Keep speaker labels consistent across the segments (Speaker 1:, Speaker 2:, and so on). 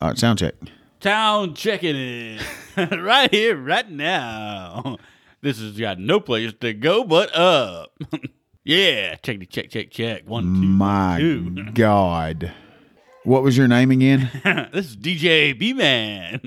Speaker 1: All right, sound check.
Speaker 2: Town checking in right here, right now. This has got no place to go but up. yeah, check the check, check, check. One,
Speaker 1: My
Speaker 2: Ew.
Speaker 1: God. What was your name again?
Speaker 2: two. this is DJ B Man,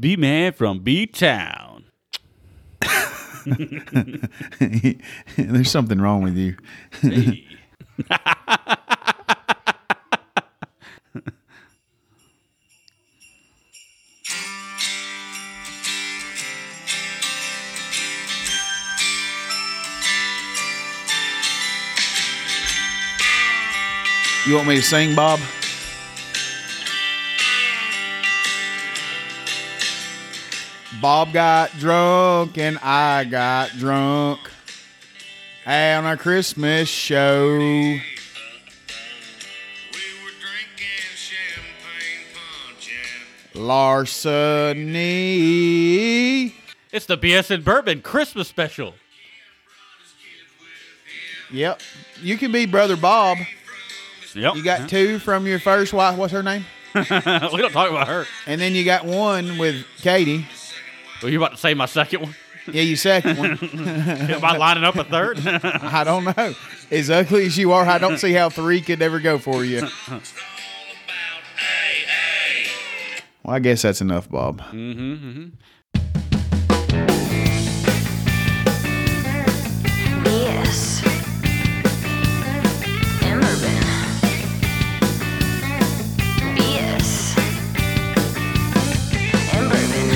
Speaker 2: B Man from B Town.
Speaker 1: There's something wrong with you.
Speaker 2: Hey.
Speaker 1: You want me to sing, Bob? Bob got drunk and I got drunk on our Christmas show.
Speaker 3: We were drinking champagne punch and
Speaker 1: Larceny.
Speaker 2: it's the BS and Bourbon Christmas special.
Speaker 1: Yep. You can be Brother Bob.
Speaker 2: Yep.
Speaker 1: You got two from your first wife. What's her name?
Speaker 2: we don't talk about her.
Speaker 1: And then you got one with Katie.
Speaker 2: Were you about to say my second one?
Speaker 1: Yeah, you second one.
Speaker 2: Am I lining up a third?
Speaker 1: I don't know. As ugly as you are, I don't see how three could ever go for you.
Speaker 3: it's all about AA.
Speaker 1: Well, I guess that's enough, Bob.
Speaker 4: Yes. Emmerman. BS. Emberman.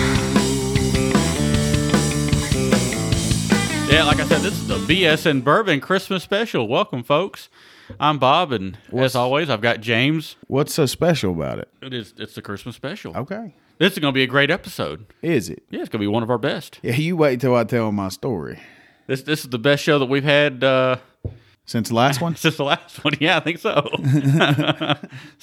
Speaker 2: yeah, like I said, this is the BS and Bourbon Christmas special. Welcome, folks. I'm Bob, and as always, I've got James.
Speaker 1: What's so special about it?
Speaker 2: It is. It's the Christmas special.
Speaker 1: Okay.
Speaker 2: This is going to be a great episode.
Speaker 1: Is it?
Speaker 2: Yeah, it's going to be one of our best.
Speaker 1: Yeah, you wait till I tell my story.
Speaker 2: This this is the best show that we've had uh,
Speaker 1: Since the last one?
Speaker 2: since the last one. Yeah, I think so. so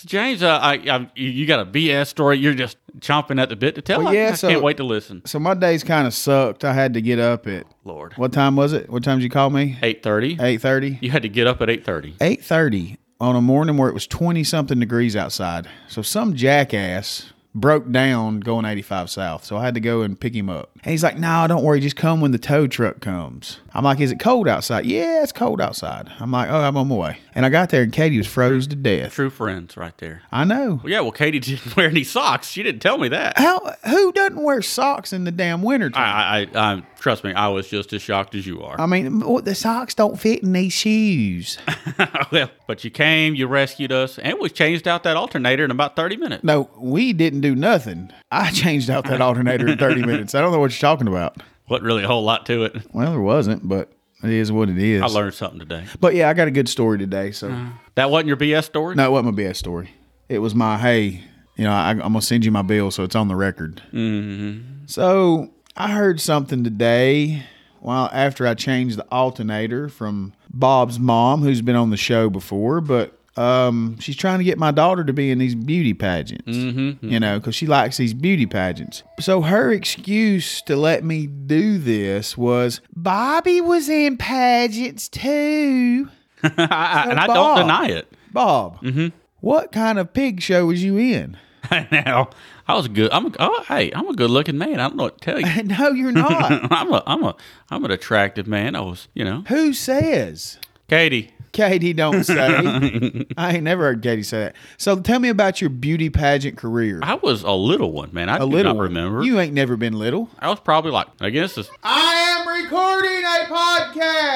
Speaker 2: James, uh, I, I you- you got a BS story. You're just chomping at the bit to tell.
Speaker 1: Well,
Speaker 2: I-
Speaker 1: yeah,
Speaker 2: I,
Speaker 1: so-
Speaker 2: can't wait to listen.
Speaker 1: So my days kind of sucked. I had to get up at
Speaker 2: Lord,
Speaker 1: what time was it? What time did you call me?
Speaker 2: eight thirty.
Speaker 1: Eight thirty.
Speaker 2: You had to get up at eight thirty.
Speaker 1: Eight thirty on a morning where it was twenty something degrees outside. So some jackass broke down going eighty five south. So I had to go and pick him up. And he's like, "No, don't worry. Just come when the tow truck comes." I'm like, "Is it cold outside?" "Yeah, it's cold outside." I'm like, "Oh, I'm on my way." And I got there and Katie was froze to death.
Speaker 2: True friends, right there.
Speaker 1: I know.
Speaker 2: Well, yeah. Well, Katie didn't wear any socks. She didn't tell me that.
Speaker 1: How who doesn't wear socks in the damn winter time?
Speaker 2: I, I, I trust me. I was just as shocked as you are.
Speaker 1: I mean, what- the socks don't fit in these shoes.
Speaker 2: well, but you came, you rescued us, and we changed out that alternator in about thirty minutes.
Speaker 1: No, we didn't do nothing. I changed out that alternator in 30 minutes. I don't know what you're talking about.
Speaker 2: Wasn't really a whole lot to it.
Speaker 1: Well, there wasn't, but it is what it is.
Speaker 2: I learned something today.
Speaker 1: But yeah, I got a good story today. So,
Speaker 2: That wasn't your BS story?
Speaker 1: no, it wasn't my best story. It was my, hey, you know, I, I'm going to send you my bill so it's on the record. Mm-hmm. So, I heard something today while after I changed the alternator from Bob's mom, who's been on the show before, but. Um, she's trying to get my daughter to be in these beauty pageants. you know, because she likes these beauty pageants. So her excuse to let me do this was Bobby was in pageants too.
Speaker 2: I- I- and I
Speaker 1: Bob.
Speaker 2: don't deny it.
Speaker 1: Bob,
Speaker 2: Mm-hmm.
Speaker 1: what kind of pig show was you in?
Speaker 2: now, I was good. I'm a, oh, hey, I'm a good looking man. I don't know what to tell you.
Speaker 1: no, you're not.
Speaker 2: I'm a, I'm a, I'm an attractive man. I was, you know,
Speaker 1: Who says?
Speaker 2: Katie.
Speaker 1: Katie don't say. I ain't never heard Katie say that. So tell me about your beauty pageant career.
Speaker 2: I was a little one, man. I
Speaker 1: A
Speaker 2: do
Speaker 1: little
Speaker 2: not
Speaker 1: one.
Speaker 2: remember.
Speaker 1: You ain't never been little.
Speaker 2: I was probably like, I guess this.
Speaker 1: I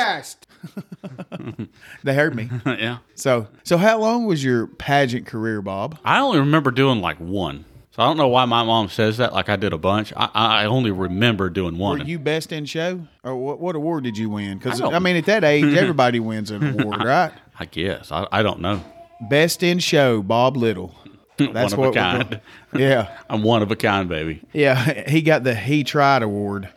Speaker 1: am recording a podcast. they heard me.
Speaker 2: yeah.
Speaker 1: So, so how long was your pageant career, Bob?
Speaker 2: I only remember doing like one. So I don't know why my mom says that. Like I did a bunch. I, I only remember doing
Speaker 1: Were
Speaker 2: one.
Speaker 1: you best in show, or what? What award did you win? Because
Speaker 2: I don't-
Speaker 1: I, mean, at that age, everybody wins an award, right?
Speaker 2: I guess. I, I don't know.
Speaker 1: Best in show, Bob Little.
Speaker 2: one of a
Speaker 1: we're
Speaker 2: kind.
Speaker 1: going- yeah,
Speaker 2: I'm one of a kind, baby.
Speaker 1: yeah. He got the he tried award.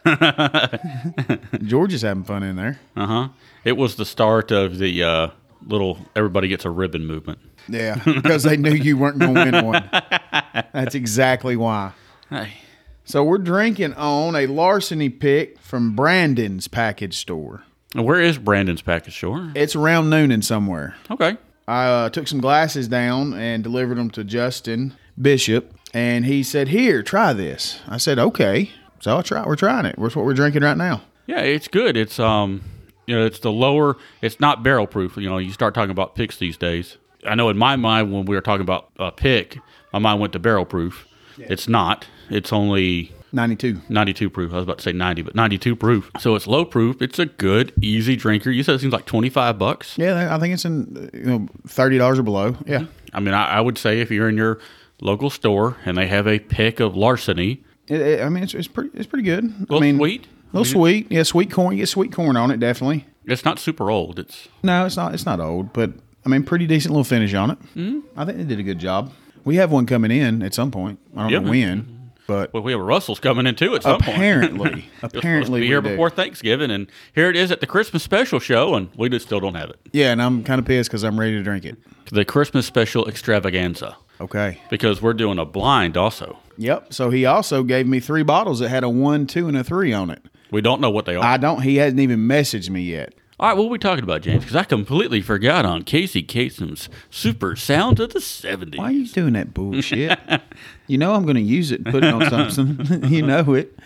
Speaker 1: George is having fun in there.
Speaker 2: Uh huh. It was the start of the uh, little everybody gets a ribbon movement.
Speaker 1: Yeah, because they knew you weren't going to win one. That's exactly why.
Speaker 2: Hey.
Speaker 1: So we're drinking on a larceny pick from Brandon's package store.
Speaker 2: Where is Brandon's package store?
Speaker 1: It's around noon and somewhere.
Speaker 2: Okay.
Speaker 1: I uh, took some glasses down and delivered them to Justin Bishop. and he said, "Here, try this." I said, "Okay." So I try. We're trying it. That's what we're drinking right now.
Speaker 2: Yeah, it's good. It's um, you know, it's the lower. It's not barrel proof. You know, you start talking about picks these days. I know in my mind when we were talking about uh, pick, my mind went to barrel proof. It's not. It's only
Speaker 1: Ninety-two.
Speaker 2: 92 proof. I was about to say 90, but 92 proof. So it's low proof. It's a good, easy drinker. You said it seems like 25 bucks.
Speaker 1: Yeah, I think it's in you know thirty dollars or below. Yeah,
Speaker 2: I mean, I, I would say if you're in your local store and they have a pick of larceny,
Speaker 1: It- it- I mean it's, it's pretty it's pretty good.
Speaker 2: Little
Speaker 1: I mean,
Speaker 2: sweet? Mm-hmm.
Speaker 1: a little sweet. Yeah, sweet corn. You get sweet corn on it, definitely.
Speaker 2: it's not super old. It's
Speaker 1: No, it's not. It's not old, but I mean, pretty decent little finish on it.
Speaker 2: Mm-hmm.
Speaker 1: mm I think they did a good job. We have one coming in at some point. I don't
Speaker 2: Yeah.
Speaker 1: know when, but
Speaker 2: well, we have a Russell's coming in too at some point.
Speaker 1: apparently,
Speaker 2: It was supposed to
Speaker 1: apparently
Speaker 2: be
Speaker 1: we
Speaker 2: here
Speaker 1: do.
Speaker 2: before Thanksgiving, and here it is at the Christmas special show, and we just still don't have it.
Speaker 1: Yeah, and I'm kind of pissed because I'm ready to drink it.
Speaker 2: The Christmas special extravaganza
Speaker 1: Okay.
Speaker 2: because we're doing a blind also.
Speaker 1: Yep. So he also gave me three bottles that had a one, two, and a three on it.
Speaker 2: We don't know what they are.
Speaker 1: I don't. He hasn't even messaged me yet.
Speaker 2: All right, what are we talking about, James? Because I completely forgot on Casey Kasem's Super Sounds of the
Speaker 1: Why are
Speaker 2: 70s.
Speaker 1: you doing that bullshit? you know I'm going to use it and put it on something. you know it.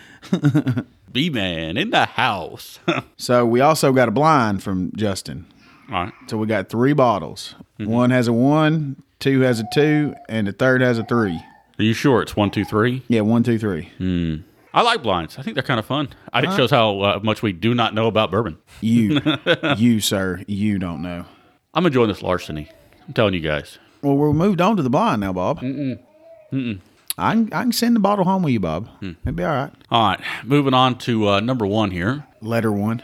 Speaker 2: B-Man in the house. All
Speaker 1: So we also got a blind from Justin.
Speaker 2: right.
Speaker 1: So we got three bottles. One has a one, two has a two, and the third has a three.
Speaker 2: Are you sure it's one, two, three?
Speaker 1: Yeah, one, two, three.
Speaker 2: I like blinds. I think they're kind of fun. I
Speaker 1: Uh-huh.
Speaker 2: think it shows how uh, much we do not know about bourbon.
Speaker 1: You, you, sir, you don't know.
Speaker 2: I'm enjoying this larceny. I'm telling you guys.
Speaker 1: Well, we're moved on to the blind now, Bob. Mm-mm. Mm. Mm-mm. I can, I can send the bottle home with you, Bob. It'd be all right.
Speaker 2: All right, moving on to uh, number one here.
Speaker 1: Letter one.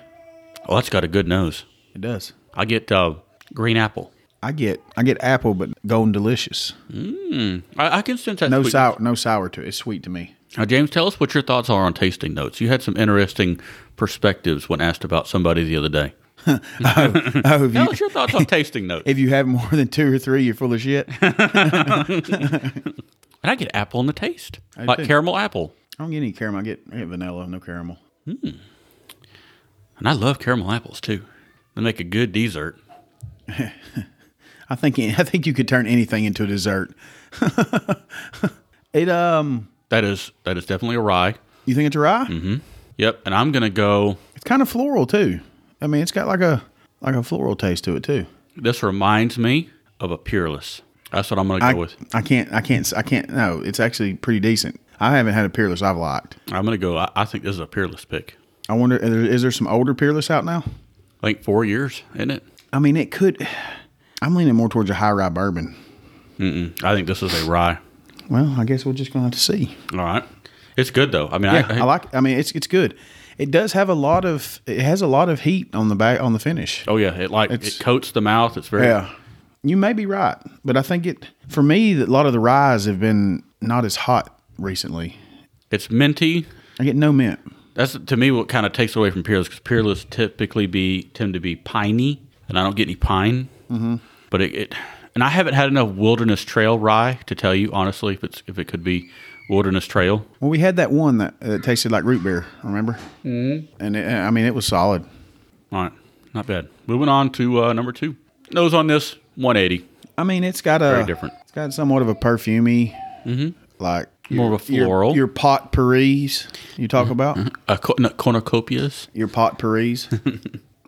Speaker 2: Oh, that's got a good nose.
Speaker 1: It does.
Speaker 2: I get uh, green apple.
Speaker 1: I get I get apple, but golden delicious.
Speaker 2: I, I can sense that.
Speaker 1: No
Speaker 2: sweetness.
Speaker 1: sour, no sour to it. It's sweet to me.
Speaker 2: Now, James, tell us what your thoughts are on tasting notes. You had some interesting perspectives when asked about somebody the other day.
Speaker 1: Oh, if
Speaker 2: Tell
Speaker 1: you,
Speaker 2: us your thoughts on tasting notes.
Speaker 1: if you have more than two or three, you're full of shit. I
Speaker 2: and I get apple in the taste,
Speaker 1: I
Speaker 2: like
Speaker 1: do.
Speaker 2: caramel apple.
Speaker 1: don't get any caramel. I get, I get vanilla, no caramel.
Speaker 2: And I love caramel apples too. They make a good dessert.
Speaker 1: I think I think you could turn anything into a dessert. it um,
Speaker 2: That is that is definitely a rye.
Speaker 1: you think it's a rye?
Speaker 2: Yep. And I'm gonna go.
Speaker 1: It's kind of floral too. I mean, it's got like a like a floral taste to it too.
Speaker 2: This reminds me of a peerless. That's what I'm gonna go
Speaker 1: I,
Speaker 2: with.
Speaker 1: I can't I can't I can't no. It's actually pretty decent. I haven't had a peerless I've liked.
Speaker 2: I'm gonna go. I, I think this is a peerless pick.
Speaker 1: I wonder is there, is there some older peerless out now?
Speaker 2: I think four years, isn't it?
Speaker 1: I mean, it could. I'm leaning more towards a high rye bourbon.
Speaker 2: I think this is a rye.
Speaker 1: Well, I guess we're just gonna have to see.
Speaker 2: All right. It's good though. I mean,
Speaker 1: Yeah,
Speaker 2: I,
Speaker 1: I like. I mean, it's it's good. It does have a lot of. It has a lot of heat on the back on the finish.
Speaker 2: Oh yeah, it like
Speaker 1: It's-
Speaker 2: it coats the mouth. It's very
Speaker 1: Yeah, you may be right, but I think it for me a lot of the ryes have been not as hot recently.
Speaker 2: it's minty.
Speaker 1: I get no mint.
Speaker 2: That's to me what kind of takes away from peerless because peerless typically be tend to be piney, and I don't get any pine. Mm-hmm. But it, it and I haven't had enough wilderness trail rye to tell you honestly if it's if it could be wilderness trail.
Speaker 1: Well, we had that one that, that tasted like root beer. Remember? Mm-hmm. And it, I mean, it was solid.
Speaker 2: All right, not bad. Moving on to uh, number two. Nose on this 180.
Speaker 1: I mean, it's got a
Speaker 2: Very different.
Speaker 1: It's got somewhat of a perfumey, like
Speaker 2: More of a
Speaker 1: Mm-hmm. your- Mm-hmm.
Speaker 2: floral.
Speaker 1: Your, potpourris you talk about
Speaker 2: Uh, co- no, cornucopias.
Speaker 1: your potpourris,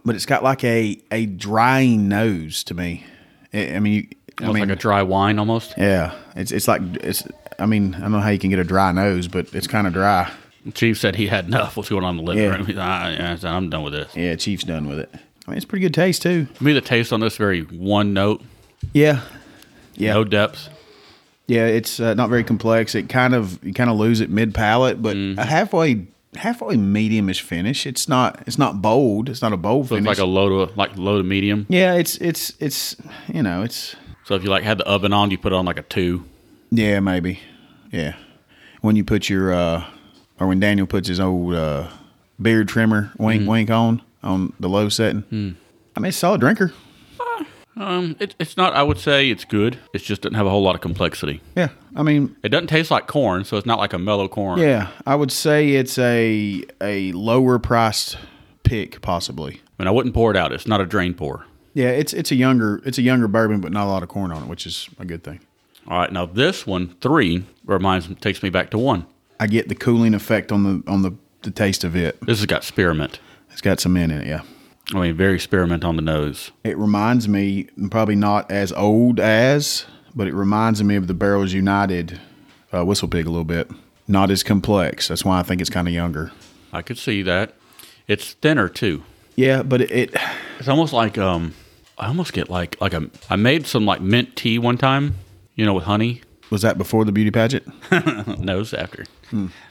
Speaker 1: but it's got like a a drying nose to me. I, I mean, you, I
Speaker 2: Almost
Speaker 1: mean,
Speaker 2: like a dry wine almost.
Speaker 1: yeah, it's it's like it's. I mean, I don't know how you can get a dry nose, but it's kind of dry.
Speaker 2: Chief said he had enough. What's going on in the living
Speaker 1: Yeah.
Speaker 2: room? He's, "Ah, I, I said, I'm done with this.
Speaker 1: Yeah, Chief's done with it. I mean, it's pretty good taste too.
Speaker 2: To me, the taste on this very one note,
Speaker 1: Yeah, yeah,
Speaker 2: no depth.
Speaker 1: yeah. It's uh, not very complex. It kind of you kind of lose it mid palate, but
Speaker 2: Mm-hmm.
Speaker 1: a halfway halfway mediumish finish. It's not it's not bold. It's not a bold
Speaker 2: So it's
Speaker 1: finish.
Speaker 2: like a low to like low to medium.
Speaker 1: yeah, it's it's it's you know it's
Speaker 2: So if you like had the oven on, you put it on like a two.
Speaker 1: Yeah, maybe. Yeah. When you put your uh or when Daniel puts his old uh beard trimmer wink wink on on the low setting. I mean, it's a solid drinker.
Speaker 2: Um, it, it's not. I would say it's good. It just doesn't have a whole lot of complexity.
Speaker 1: Yeah. I mean,
Speaker 2: It doesn't taste like corn, so it's not like a mellow corn.
Speaker 1: yeah, I would say it's a a lower priced pick possibly.
Speaker 2: I mean, I wouldn't pour it out. It's not a drain pour.
Speaker 1: Yeah, it's it's a younger it's a younger bourbon but not a lot of corn on it, which is a good thing.
Speaker 2: All right, now this one three reminds takes me back to one.
Speaker 1: I get the cooling effect on the on the, the taste of it.
Speaker 2: This has got spearmint.
Speaker 1: It's got some in it, yeah.
Speaker 2: I mean, very spearmint on the nose.
Speaker 1: It reminds me, probably not as old as, but it reminds me of the Barrels United uh, Whistle Pig a little bit. Not as complex. That's why I think it's kind of younger.
Speaker 2: I could see that. It's thinner too.
Speaker 1: Yeah, but it, it
Speaker 2: It's almost like um, I almost get like like a I made some like mint tea one time, you know, with honey.
Speaker 1: was that before the beauty pageant.
Speaker 2: nose after.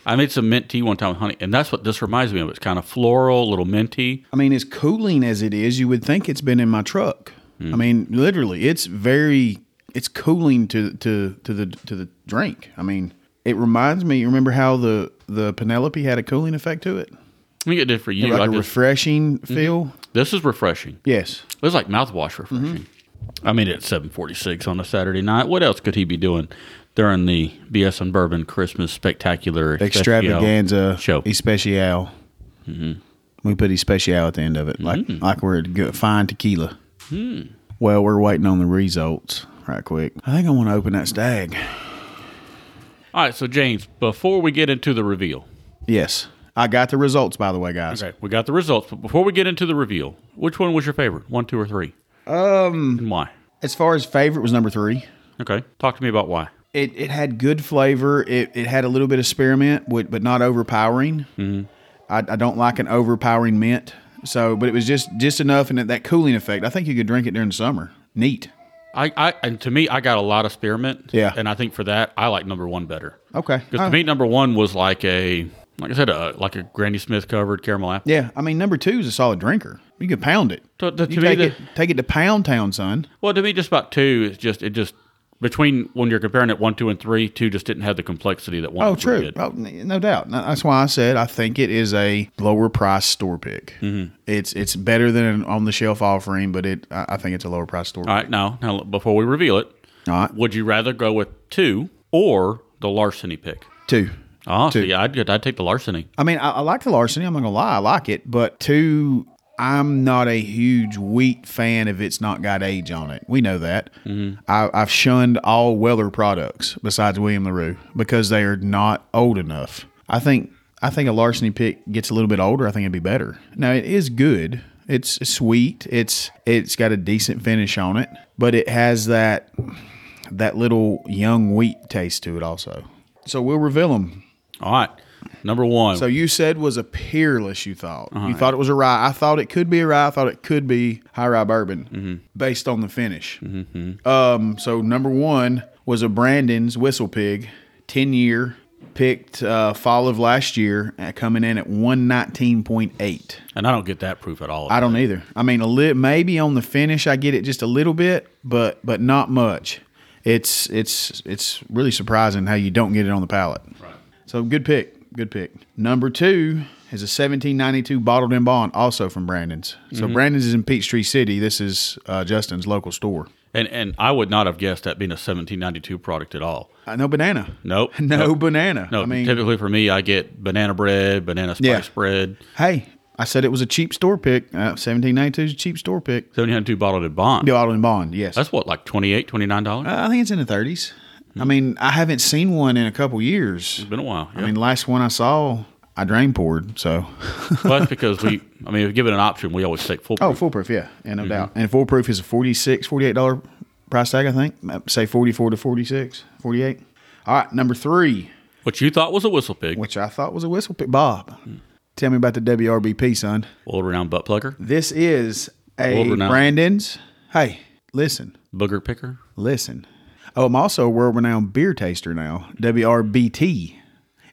Speaker 2: I made some mint tea one time with honey, and that's what this reminds me of. It's kind of floral, a little minty.
Speaker 1: I mean, as cooling as it is, you would think it's been in my truck. I mean, literally, it's very it's cooling to to to the to the drink. I mean, it reminds me. Remember how the the Penelope had a cooling effect to it,
Speaker 2: I think it did for you.
Speaker 1: like
Speaker 2: I
Speaker 1: a Mm-hmm.
Speaker 2: just-
Speaker 1: refreshing feel.
Speaker 2: this is refreshing.
Speaker 1: Yes,
Speaker 2: It was like mouthwash refreshing. I mean, it's seven forty-six on a Saturday night. What else could he be doing during the BS and Bourbon Christmas Spectacular
Speaker 1: extravaganza
Speaker 2: show? Mm-hmm.
Speaker 1: especial. We put especial at the end of it, like like we're at good, fine tequila.
Speaker 2: Hmm.
Speaker 1: Well, we're waiting on the results. Right quick, I think I want to open that stag.
Speaker 2: All right, so James, before we get into the reveal,
Speaker 1: Yes, I got the results by the way, guys.
Speaker 2: okay, we got the results, but before we get into the reveal, which one was your favorite? One, two, or three? Um, and why?
Speaker 1: As far as favorite was number three.
Speaker 2: Okay, talk to me about why.
Speaker 1: It it had good flavor. It it had a little bit of spearmint, but but not overpowering.
Speaker 2: Mm-hmm.
Speaker 1: I, I don't like an overpowering mint. So, but it was just just enough, and that, that cooling effect. I think you could drink it during the summer. Neat.
Speaker 2: I, I and to me, I got a lot of spearmint.
Speaker 1: Yeah.
Speaker 2: and I think for that, I like number one better.
Speaker 1: Okay.
Speaker 2: Because to
Speaker 1: I-
Speaker 2: me, number one was like a, like I said, a, like a Granny Smith covered caramel apple.
Speaker 1: yeah, I mean number two is a solid drinker. You could pound it.
Speaker 2: To- to-
Speaker 1: You
Speaker 2: to me,
Speaker 1: take
Speaker 2: the-
Speaker 1: it take it to Pound Town, son.
Speaker 2: Well, to me, just about two is just it just between when you're comparing it one, two, and three, two just didn't have the complexity that one.
Speaker 1: Oh,
Speaker 2: and three
Speaker 1: true.
Speaker 2: Did.
Speaker 1: Oh, n- no doubt. No, That's why I said I think it is a lower price store pick.
Speaker 2: Mm-hmm.
Speaker 1: It's it's better than an on the shelf offering, but it I I think it's a lower price store.
Speaker 2: All right, now now before we reveal it,
Speaker 1: pick. All right.
Speaker 2: would you rather go with two or the larceny pick?
Speaker 1: Two.
Speaker 2: Oh, see, I'd get- I'd take the larceny.
Speaker 1: I mean, I, I like the larceny. I'm not gonna lie, I like it. But two, I'm not a huge wheat fan if it's not got age on it. We know that. I, I've shunned all Weller products besides William Larue because they are not old enough. I think I think a larceny pick gets a little bit older. I think it'd be better. Now it is good. It's sweet. It's it's got a decent finish on it, but it has that that little young wheat taste to it also. So we'll reveal them.
Speaker 2: All right, number one.
Speaker 1: So you said was a peerless. You thought you thought it was a rye. I thought it could be a rye. I thought it could be high rye bourbon based on the finish. Um, so number one was a Brandon's Whistle Pig, ten year picked uh, fall of last year, uh, coming in at one nineteen point eight.
Speaker 2: and I don't get that proof at all.
Speaker 1: I don't either. I mean, a li- maybe on the finish I get it just a little bit, but but not much. It's it's it's really surprising how you don't get it on the palate. Right. So good pick, good pick. Number two is a 1792 bottled in bond, also from Brandon's. So Brandon's is in Peachtree City. This is uh, Justin's local store.
Speaker 2: And and I would not have guessed that being a 1792 product at all.
Speaker 1: Uh, no banana.
Speaker 2: Nope.
Speaker 1: No
Speaker 2: Nope.
Speaker 1: banana.
Speaker 2: No,
Speaker 1: I mean,
Speaker 2: typically for me, I get banana bread, banana spice
Speaker 1: Yeah.
Speaker 2: bread.
Speaker 1: hey, I said it was a cheap store pick. Uh, 1792 is a cheap store pick.
Speaker 2: 1792 bottled at Bond.
Speaker 1: The bottled in bond, yes.
Speaker 2: That's what, like 28 $29?
Speaker 1: Uh, I think it's in the 30s. I mean, I haven't seen one in a couple years.
Speaker 2: it's been a while.
Speaker 1: I mean, last one I saw, I drain poured. So,
Speaker 2: well, that's because we, I mean, if given an option, we always take full.
Speaker 1: oh,
Speaker 2: proof.
Speaker 1: foolproof, yeah, yeah, no doubt. And foolproof is a 46 $48 price tag, I think. Uh, Say 44 to 46 48 All right, number three,
Speaker 2: What you thought was a whistle pig,
Speaker 1: which I thought was a whistle pick. Bob, tell me about the WRBP, son.
Speaker 2: world renowned butt plugger,
Speaker 1: This is a
Speaker 2: World renowned.
Speaker 1: Brandon's. Hey, listen,
Speaker 2: booger picker.
Speaker 1: listen. Oh, I'm also a world renowned beer taster now, WRBT,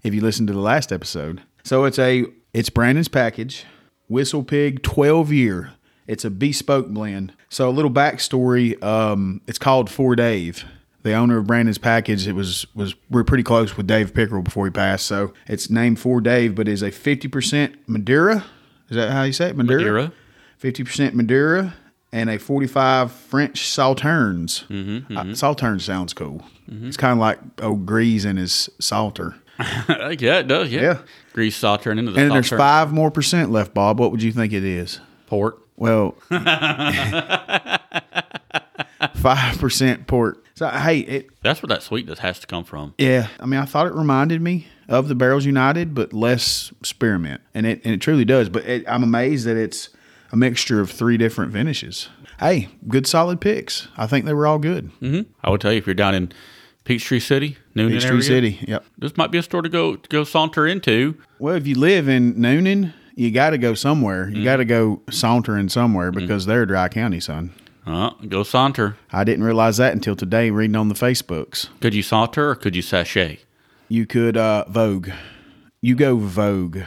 Speaker 1: if you listened to the last episode. So it's a it's Brandon's package, Whistle Pig 12 year. It's a bespoke blend. So a little backstory, um, it's called For Dave. The owner of Brandon's package, it was was we are pretty close with Dave Pickerel before he passed. So it's named For Dave, but is a 50% Madeira. Is that how you say it? Madeira.
Speaker 2: Madeira.
Speaker 1: 50% Madeira and a 45 French Sauternes. Mm-hmm, Sauternes sounds cool. It's kind of like old Grease and his Salter.
Speaker 2: yeah, it does. Yeah.
Speaker 1: Yeah.
Speaker 2: Grease saw turn into the
Speaker 1: And then
Speaker 2: saw
Speaker 1: there's
Speaker 2: turn
Speaker 1: five more percent left, Bob. What would you think it is?
Speaker 2: port.
Speaker 1: Well, 5% port. So hey, it
Speaker 2: That's where that sweetness has to come from.
Speaker 1: yeah. I mean, I thought it reminded me of the Barrels United, but less spearmint, and it and it truly does. But it, I'm amazed that it's a mixture of three different finishes. Hey, good solid picks. I think they were all good.
Speaker 2: I would tell you if you're down in Peachtree City, Noonan
Speaker 1: Peachtree
Speaker 2: area,
Speaker 1: City. Yep.
Speaker 2: this might be a store to go to go saunter into.
Speaker 1: Well, if you live in Noonan, you got to go somewhere. You got to go sauntering somewhere because they're a dry county, son.
Speaker 2: Uh, go saunter.
Speaker 1: I didn't realize that until today reading on the Facebooks.
Speaker 2: Could you saunter or could you sachet
Speaker 1: You could uh, Vogue. You go Vogue.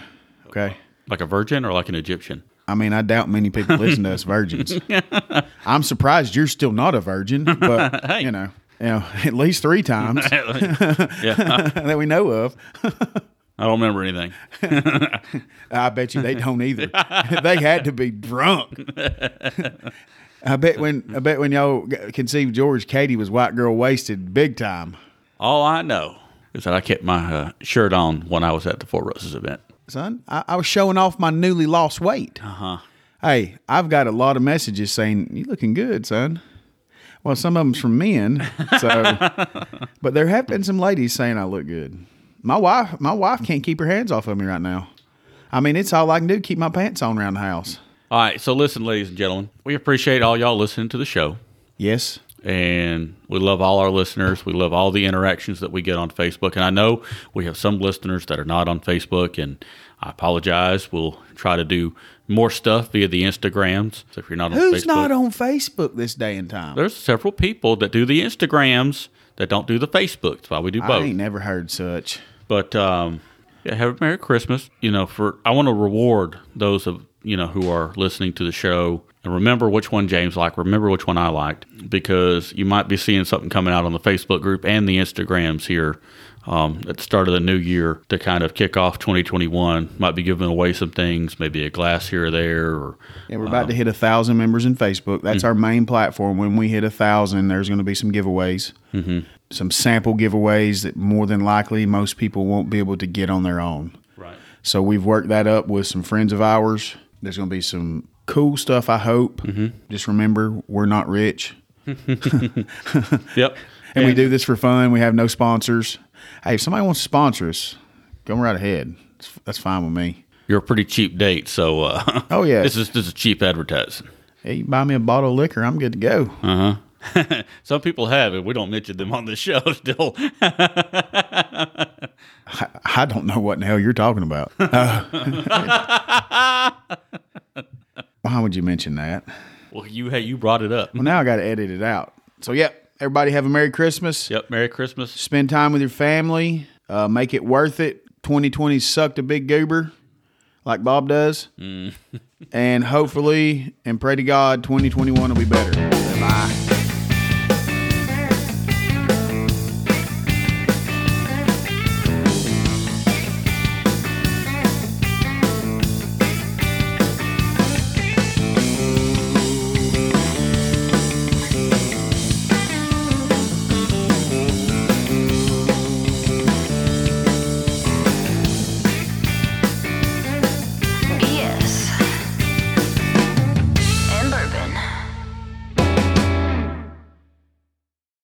Speaker 1: Okay.
Speaker 2: like a virgin or like an Egyptian?
Speaker 1: I mean, I doubt many people listen to us virgins. I'm surprised you're still not a virgin, but you know, you know, at least three times
Speaker 2: yeah,
Speaker 1: that we know of.
Speaker 2: I don't remember anything.
Speaker 1: I bet you they don't either. they had to be drunk. I bet when I bet when y'all g- conceived George, Katie was white girl wasted big time.
Speaker 2: All I know is that I kept my uh, shirt on when I was at the Four Roses event.
Speaker 1: Son, I, I was showing off my newly lost weight. Uh huh. Hey, I've got a lot of messages saying you looking good, son. Well, some of them's from men, so. but there have been some ladies saying I look good. My wife, my wife can't keep her hands off of me right now. I mean, it's all I can do keep my pants on around the house.
Speaker 2: All right, so listen, ladies and gentlemen, we appreciate all y'all listening to the show.
Speaker 1: Yes,
Speaker 2: and we love all our listeners. We love all the interactions that we get on Facebook. And I know we have some listeners that are not on Facebook, and I apologize. We'll try to do more stuff via the Instagrams. So if you're not on
Speaker 1: Who's
Speaker 2: Facebook,
Speaker 1: not on Facebook this day and time?
Speaker 2: there's several people that do the Instagrams that don't do the Facebook. That's why we do
Speaker 1: I
Speaker 2: both.
Speaker 1: ain't never heard such.
Speaker 2: But um, yeah, have a Merry Christmas. You know, for I want to reward those of you know who are listening to the show and remember which one James liked. Remember which one I liked because you might be seeing something coming out on the Facebook group and the Instagrams here. Um, at the start of the new year to kind of kick off 2021 might be giving away some things maybe a glass here or there or
Speaker 1: Yeah, we're about to hit a thousand members in Facebook. That's
Speaker 2: Hmm.
Speaker 1: our main platform. When we hit a thousand, there's going to be some giveaways, mm-hmm. some sample giveaways that more than likely most people won't be able to get on their own.
Speaker 2: right
Speaker 1: So we've worked that up with some friends of ours. There's going to be some cool stuff. I hope.
Speaker 2: Mm-hmm.
Speaker 1: Just remember, we're not rich,
Speaker 2: yep
Speaker 1: and we do this for fun. We have no sponsors. Hey, if somebody wants to sponsor us, go right ahead. That's- That's fine with me.
Speaker 2: you're a pretty cheap date so uh,
Speaker 1: Oh, yeah.
Speaker 2: this is this is cheap advertising
Speaker 1: Hey, you buy me a bottle of liquor, I'm good to go.
Speaker 2: some people have and we don't mention them on the show still
Speaker 1: I don't know what in the hell you're talking about. Uh, why would you mention that?
Speaker 2: Well, you hey, you brought it up.
Speaker 1: Well, now I got to edit it out. So, yep, everybody have a Merry Christmas.
Speaker 2: Yep, Merry Christmas.
Speaker 1: Spend time with your family. Uh, make it worth it. 2020 sucked a big goober like Bob does. and hopefully and pray to God 2021 will be better. Bye.